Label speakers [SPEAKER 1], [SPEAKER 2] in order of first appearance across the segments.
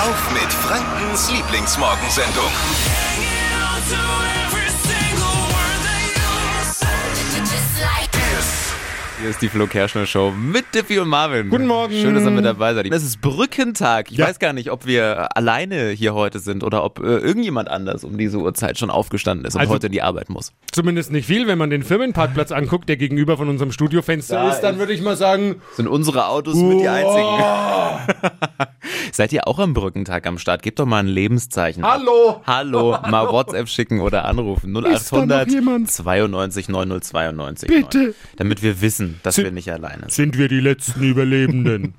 [SPEAKER 1] auf mit Frankens Lieblingsmorgensendung.
[SPEAKER 2] Hier ist die Flo Kerschner Show mit Dippy und Marvin.
[SPEAKER 3] Guten Morgen.
[SPEAKER 2] Schön, dass ihr mit dabei seid. Es ist Brückentag. Ich
[SPEAKER 3] Ja.
[SPEAKER 2] weiß gar nicht, ob wir alleine hier heute sind oder ob äh, irgendjemand anders um diese Uhrzeit schon aufgestanden ist und
[SPEAKER 3] Also-
[SPEAKER 2] heute in die Arbeit muss.
[SPEAKER 3] Zumindest nicht viel, wenn man den Firmenparkplatz anguckt, der gegenüber von unserem Studiofenster
[SPEAKER 2] Da
[SPEAKER 3] ist, dann
[SPEAKER 2] ist-
[SPEAKER 3] würde ich mal sagen, oh.
[SPEAKER 2] Sind unsere Autos mit die einzigen. Seid ihr auch am Brückentag am Start? Gebt doch mal ein Lebenszeichen. ab.
[SPEAKER 3] Hallo.
[SPEAKER 2] Hallo, mal WhatsApp schicken oder anrufen.
[SPEAKER 3] Ist da noch
[SPEAKER 2] 0800
[SPEAKER 3] jemand?
[SPEAKER 2] 92 9092.
[SPEAKER 3] Bitte.
[SPEAKER 2] Damit wir wissen, dass
[SPEAKER 3] Sind-
[SPEAKER 2] wir nicht alleine sind.
[SPEAKER 3] sind wir die letzten Überlebenden.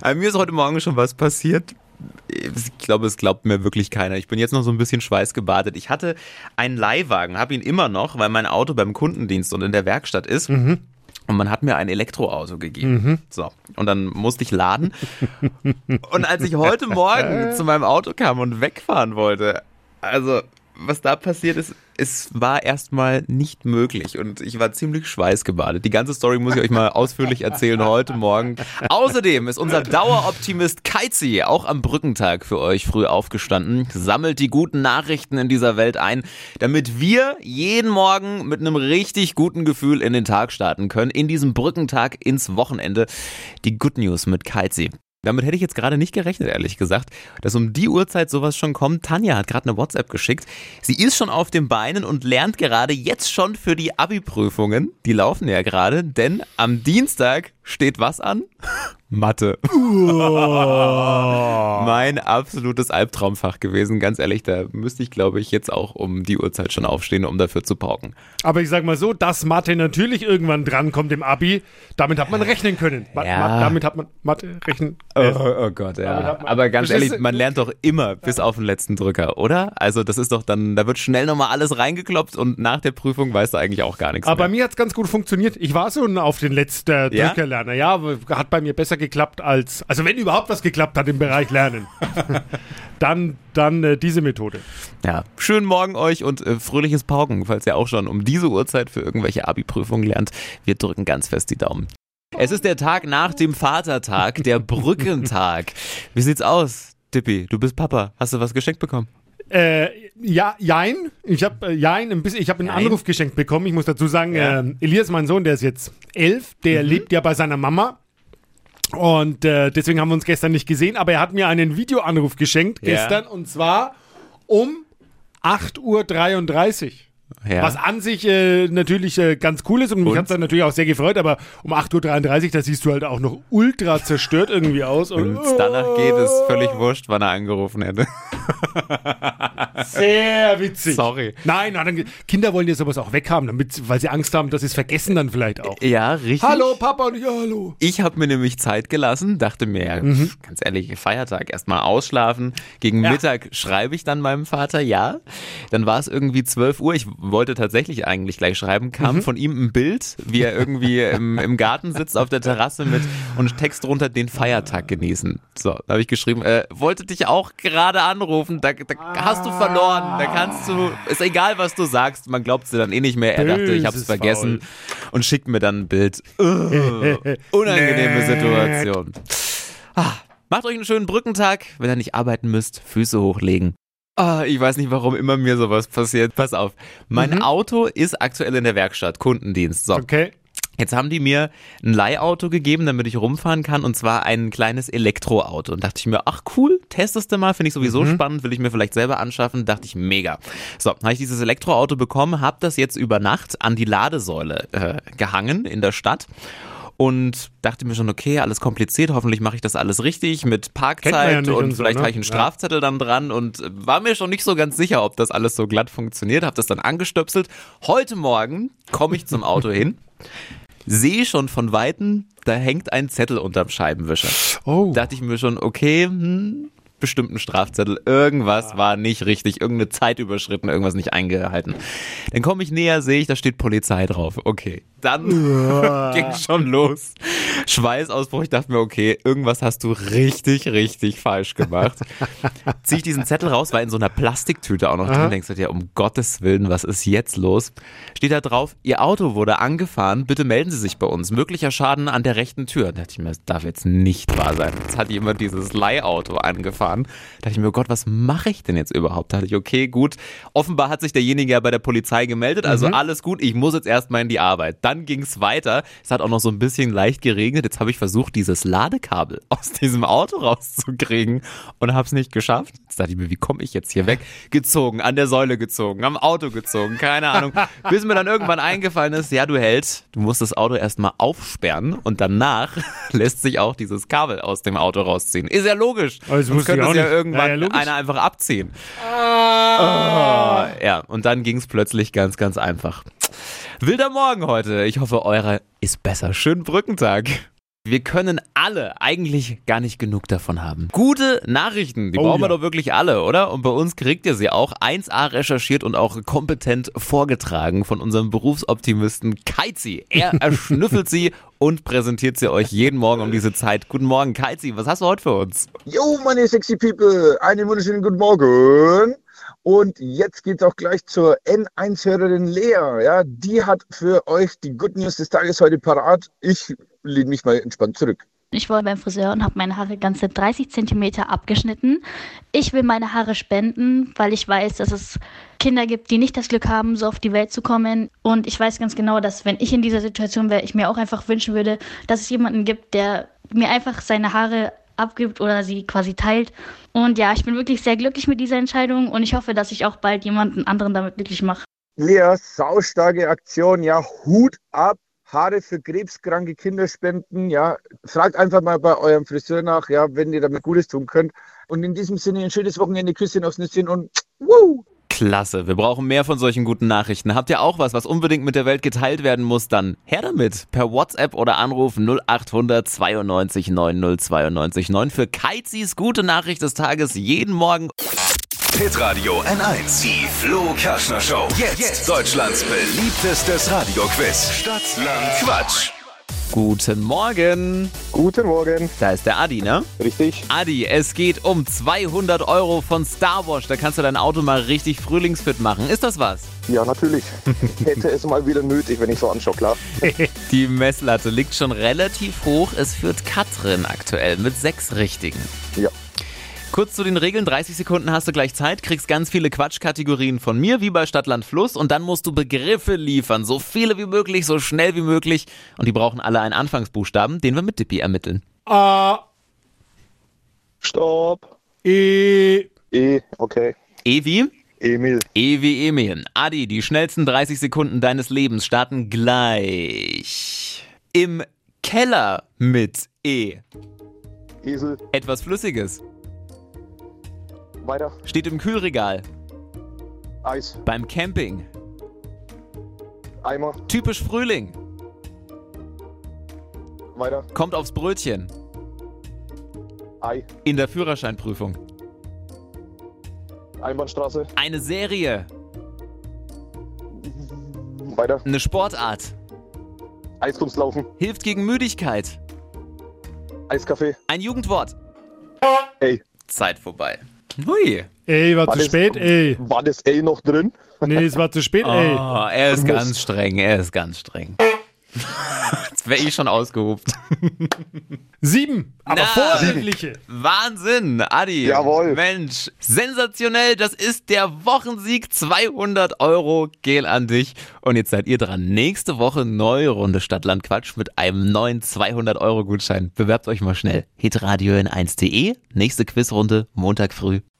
[SPEAKER 2] Aber mir ist heute Morgen schon was passiert. Ich glaube, es glaubt mir wirklich keiner. Ich bin jetzt noch so ein bisschen schweißgebadet. Ich hatte einen Leihwagen, habe ihn immer noch, weil mein Auto beim Kundendienst und in der Werkstatt ist. Und man hat mir ein Elektroauto gegeben. So. Und dann musste ich laden. und als ich heute Morgen zu meinem Auto kam und wegfahren wollte, also was da passiert ist, es war erstmal nicht möglich und ich war ziemlich schweißgebadet. Die ganze Story muss ich euch mal ausführlich erzählen heute Morgen. Außerdem ist unser Daueroptimist Keizi auch am Brückentag für euch früh aufgestanden, sammelt die guten Nachrichten in dieser Welt ein, damit wir jeden Morgen mit einem richtig guten Gefühl in den Tag starten können, in diesem Brückentag ins Wochenende. Die Good News mit Keizi. Damit hätte ich jetzt gerade nicht gerechnet, ehrlich gesagt, dass um die Uhrzeit sowas schon kommt. Tanja hat gerade eine WhatsApp geschickt. Sie ist schon auf den Beinen und lernt gerade jetzt schon für die Abi-Prüfungen. Die laufen ja gerade, denn am Dienstag steht was an? Mathe. Mein absolutes Albtraumfach gewesen, ganz ehrlich. Da müsste ich, glaube ich, jetzt auch um die Uhrzeit schon aufstehen, um dafür zu pauken.
[SPEAKER 3] Aber ich sag mal so, dass Mathe natürlich irgendwann drankommt im Abi, damit hat man rechnen können. Ma
[SPEAKER 2] Ja.
[SPEAKER 3] ma damit hat man Mathe rechnen.
[SPEAKER 2] Oh,
[SPEAKER 3] Äh,
[SPEAKER 2] oh Gott, ja.
[SPEAKER 3] hat man-
[SPEAKER 2] Aber ganz
[SPEAKER 3] Verstehst
[SPEAKER 2] ehrlich,
[SPEAKER 3] du?
[SPEAKER 2] man lernt doch immer bis auf den letzten Drücker, oder? Also das ist doch dann, da wird schnell nochmal alles reingekloppt und nach der Prüfung weißt du eigentlich auch gar nichts
[SPEAKER 3] Aber bei
[SPEAKER 2] mehr.
[SPEAKER 3] mir hat's ganz gut funktioniert. Ich war so ein auf den letzten äh,
[SPEAKER 2] Ja?
[SPEAKER 3] Drückerlerner. Ja, aber hat bei mir besser geklappt als, also wenn überhaupt was geklappt hat im Bereich Lernen, dann, dann äh, diese Methode.
[SPEAKER 2] Ja. Schönen Morgen euch und äh, fröhliches Pauken, falls ihr auch schon um diese Uhrzeit für irgendwelche Abi-Prüfungen lernt. Wir drücken ganz fest die Daumen. Es ist der Tag nach dem Vatertag, der Brückentag. Wie sieht's aus, Dippi? Du bist Papa. Hast du was geschenkt bekommen?
[SPEAKER 3] Äh, ja, jein. Ich habe äh, jein, ein bisschen, ich habe einen
[SPEAKER 2] Jein?
[SPEAKER 3] Anruf geschenkt bekommen. Ich muss dazu sagen,
[SPEAKER 2] Ja. Mhm.
[SPEAKER 3] ähm, Elias, mein Sohn, der ist jetzt elf, der lebt ja bei seiner Mama. Und äh, deswegen haben wir uns gestern nicht gesehen, aber er hat mir einen Videoanruf geschenkt
[SPEAKER 2] Ja.
[SPEAKER 3] gestern und zwar um 8.33 Uhr.
[SPEAKER 2] Ja.
[SPEAKER 3] Was an sich äh, natürlich äh, ganz cool ist und mich
[SPEAKER 2] Und?
[SPEAKER 3] hat's dann natürlich auch sehr gefreut, aber um 8.33 Uhr, da siehst du halt auch noch ultra zerstört irgendwie aus. Und,
[SPEAKER 2] Wenn's danach geht, ist völlig wurscht, wann er angerufen hätte.
[SPEAKER 3] Sehr witzig.
[SPEAKER 2] Sorry.
[SPEAKER 3] Nein, na, dann, Kinder wollen ja sowas auch weghaben, damit, weil sie Angst haben, dass sie es vergessen dann vielleicht auch.
[SPEAKER 2] Ja, richtig.
[SPEAKER 3] Hallo Papa und ja, hallo.
[SPEAKER 2] Ich habe mir nämlich Zeit gelassen, dachte mir, ja, pf, ganz ehrlich, Feiertag, erstmal ausschlafen. Gegen
[SPEAKER 3] Mhm. Ja.
[SPEAKER 2] Mittag schreibe ich dann meinem Vater, ja. Dann war es irgendwie 12 Uhr. Ich wollte tatsächlich eigentlich gleich schreiben,
[SPEAKER 3] Mhm.
[SPEAKER 2] kam von ihm ein Bild, wie er irgendwie im, im Garten sitzt auf der Terrasse mit und Text drunter den Feiertag genießen. So, da habe ich geschrieben, äh, wollte dich auch gerade anrufen, da, da hast du verloren, da kannst du, ist egal, was du sagst, man glaubt dir dann eh nicht mehr. Er dachte, ich habe es
[SPEAKER 3] Böses
[SPEAKER 2] vergessen
[SPEAKER 3] Faul.
[SPEAKER 2] und schickt mir dann ein Bild. Oh. Unangenehme Situation. Ah, macht euch einen schönen Brückentag, wenn ihr nicht arbeiten müsst, Füße hochlegen. Ah, ich weiß nicht, warum immer mir sowas passiert. Pass auf. Mein Auto ist aktuell in der Werkstatt, Kundendienst. So.
[SPEAKER 3] Okay.
[SPEAKER 2] Jetzt haben die mir ein Leihauto gegeben, damit ich rumfahren kann, und zwar ein kleines Elektroauto. Und dachte ich mir, ach cool, testest du mal, finde ich sowieso
[SPEAKER 3] Mhm.
[SPEAKER 2] spannend, will ich mir vielleicht selber anschaffen. Dachte ich, mega. So, habe ich dieses Elektroauto bekommen, habe das jetzt über Nacht an die Ladesäule äh, gehangen in der Stadt. Und dachte mir schon, okay, alles kompliziert, hoffentlich mache ich das alles richtig mit
[SPEAKER 3] man ja
[SPEAKER 2] Parkzeit
[SPEAKER 3] nicht
[SPEAKER 2] und,
[SPEAKER 3] und so,
[SPEAKER 2] vielleicht
[SPEAKER 3] ne?
[SPEAKER 2] habe ich einen
[SPEAKER 3] Ja.
[SPEAKER 2] Strafzettel dann dran und äh, war mir schon nicht so ganz sicher, ob das alles so glatt funktioniert, habe das dann angestöpselt. Heute Morgen komme ich zum Auto hin, sehe schon von Weitem, da hängt ein Zettel unterm Scheibenwischer.
[SPEAKER 3] Oh.
[SPEAKER 2] Dachte ich mir schon, okay, hm, bestimmt ein Strafzettel, irgendwas war nicht richtig, irgendeine Zeit überschritten, irgendwas nicht eingehalten. Dann komme ich näher, sehe ich, da steht Polizei drauf. Okay, dann ging schon los. Schweißausbruch, ich dachte mir, okay, irgendwas hast du richtig, richtig falsch gemacht. Zieh ich diesen Zettel raus, war in so einer Plastiktüte auch noch drin, denkst du dir, um Gottes Willen, was ist jetzt los? Steht da drauf, Ihr Auto wurde angefahren, bitte melden Sie sich bei uns. Möglicher Schaden an der rechten Tür. Da dachte ich mir, das darf jetzt nicht wahr sein. Jetzt hat jemand dieses Leihauto angefahren. gefahren. Da dachte ich mir, oh Gott, was mache ich denn jetzt überhaupt? Da dachte ich, okay, gut. Offenbar hat sich derjenige ja bei der Polizei gemeldet, also alles gut, ich muss jetzt erstmal in die Arbeit. Dann ging es weiter. Es hat auch noch so ein bisschen leicht geregnet. Jetzt habe ich versucht, dieses Ladekabel aus diesem Auto rauszukriegen und habe es nicht geschafft. Jetzt dachte ich mir, wie komme ich jetzt hier weg? Gezogen, an der Säule gezogen, am Auto gezogen, keine Ahnung. Bis mir dann irgendwann eingefallen ist, ja, du Held, du musst das Auto erstmal aufsperren und danach lässt sich auch dieses Kabel aus dem Auto rausziehen. Ist ja logisch.
[SPEAKER 3] Aber das
[SPEAKER 2] Sonst
[SPEAKER 3] wusste ich
[SPEAKER 2] könnte
[SPEAKER 3] auch
[SPEAKER 2] es ja
[SPEAKER 3] nicht.
[SPEAKER 2] irgendwann
[SPEAKER 3] Ja, ja, logisch.
[SPEAKER 2] einer einfach abziehen. Ah, Ja, und dann ging es plötzlich ganz, ganz einfach. Wilder Morgen heute. Ich hoffe, eurer ist besser. Schönen Brückentag. Wir können alle eigentlich gar nicht genug davon haben. Gute Nachrichten, die
[SPEAKER 3] Oh
[SPEAKER 2] brauchen wir
[SPEAKER 3] ja.
[SPEAKER 2] doch wirklich alle, oder? Und bei uns kriegt ihr sie auch 1A recherchiert und auch kompetent vorgetragen von unserem Berufsoptimisten Keizi. Er erschnüffelt sie und präsentiert sie euch jeden Morgen um diese Zeit. Guten Morgen, Keizi, was hast du heute für uns?
[SPEAKER 4] Jo, meine sexy People, einen wunderschönen guten Morgen. Und jetzt geht's auch gleich zur N1-Hörerin Lea. Ja, die hat für euch die Good News des Tages heute parat. Ich lehne mich mal entspannt zurück.
[SPEAKER 5] Ich war beim Friseur und habe meine Haare ganze 30 cm abgeschnitten. Ich will meine Haare spenden, weil ich weiß, dass es Kinder gibt, die nicht das Glück haben, so auf die Welt zu kommen. Und ich weiß ganz genau, dass wenn ich in dieser Situation wäre, ich mir auch einfach wünschen würde, dass es jemanden gibt, der mir einfach seine Haare abgibt oder sie quasi teilt. Und ja, ich bin wirklich sehr glücklich mit dieser Entscheidung und ich hoffe, dass ich auch bald jemanden anderen damit glücklich mache.
[SPEAKER 4] Lea, saustarke Aktion, ja, Hut ab. Haare für krebskranke Kinder spenden, ja. Fragt einfach mal bei eurem Friseur nach, ja, wenn ihr damit Gutes tun könnt. Und in diesem Sinne ein schönes Wochenende, Küsschen aufs Nüsschen und woo!
[SPEAKER 2] Klasse, wir brauchen mehr von solchen guten Nachrichten. Habt ihr auch was, was unbedingt mit der Welt geteilt werden muss, dann her damit. Per WhatsApp oder Anruf 0800 92 90 92 9 für Keizis gute Nachricht des Tages jeden Morgen.
[SPEAKER 1] Pit Radio N1. Die Flo Kaschner Show. Jetzt, Deutschlands beliebtestes Radioquiz. Stadt, Land, Quatsch.
[SPEAKER 2] Guten Morgen.
[SPEAKER 6] Guten Morgen.
[SPEAKER 2] Da ist der Adi, ne?
[SPEAKER 6] Richtig?
[SPEAKER 2] Adi, es geht um 200 Euro von Star Wars. Da kannst du dein Auto mal richtig frühlingsfit machen. Ist das was?
[SPEAKER 6] Ja, natürlich. Hätte es mal wieder nötig, wenn ich so anschaue, klar.
[SPEAKER 2] Die Messlatte liegt schon relativ hoch. Es führt Katrin aktuell mit sechs Richtigen.
[SPEAKER 6] Ja.
[SPEAKER 2] Kurz zu den Regeln, 30 Sekunden hast du gleich Zeit, kriegst ganz viele Quatschkategorien von mir, wie bei Stadtland Fluss, und dann musst du Begriffe liefern, so viele wie möglich, so schnell wie möglich. Und die brauchen alle einen Anfangsbuchstaben, den wir mit Dippy ermitteln.
[SPEAKER 3] A,
[SPEAKER 6] Stopp.
[SPEAKER 3] E,
[SPEAKER 6] E, okay.
[SPEAKER 2] E wie?
[SPEAKER 6] Emil.
[SPEAKER 2] E wie Emil. Adi, die schnellsten 30 Sekunden deines Lebens starten gleich. Im Keller mit E.
[SPEAKER 6] Esel.
[SPEAKER 2] Etwas Flüssiges.
[SPEAKER 6] Weiter.
[SPEAKER 2] Steht im Kühlregal.
[SPEAKER 6] Eis.
[SPEAKER 2] Beim Camping.
[SPEAKER 6] Eimer.
[SPEAKER 2] Typisch Frühling.
[SPEAKER 6] Weiter.
[SPEAKER 2] Kommt aufs Brötchen.
[SPEAKER 6] Ei.
[SPEAKER 2] In der Führerscheinprüfung.
[SPEAKER 6] Einbahnstraße.
[SPEAKER 2] Eine Serie.
[SPEAKER 6] Weiter.
[SPEAKER 2] Eine Sportart.
[SPEAKER 6] Eiskunstlaufen.
[SPEAKER 2] Hilft gegen Müdigkeit.
[SPEAKER 6] Eiskaffee.
[SPEAKER 2] Ein Jugendwort.
[SPEAKER 6] Ey.
[SPEAKER 2] Zeit vorbei. Hui.
[SPEAKER 3] ey, war
[SPEAKER 6] War
[SPEAKER 3] zu
[SPEAKER 6] das-
[SPEAKER 3] spät, ey.
[SPEAKER 6] War das Ey noch drin?
[SPEAKER 3] Nee, es war zu spät, ey.
[SPEAKER 2] Oh, er ist ganz streng, er ist ganz streng. Jetzt wäre ich schon ausgehobt.
[SPEAKER 3] Sieben, aber
[SPEAKER 2] Na.
[SPEAKER 3] vorbildliche.
[SPEAKER 2] Wahnsinn, Adi.
[SPEAKER 6] Jawohl.
[SPEAKER 2] Mensch, sensationell. Das ist der Wochensieg. 200 Euro gehen an dich. Und jetzt seid ihr dran. Nächste Woche neue Runde Stadtland Quatsch mit einem neuen 200 Euro Gutschein. Bewerbt euch mal schnell. Hitradio in 1.de. Nächste Quizrunde Montag früh.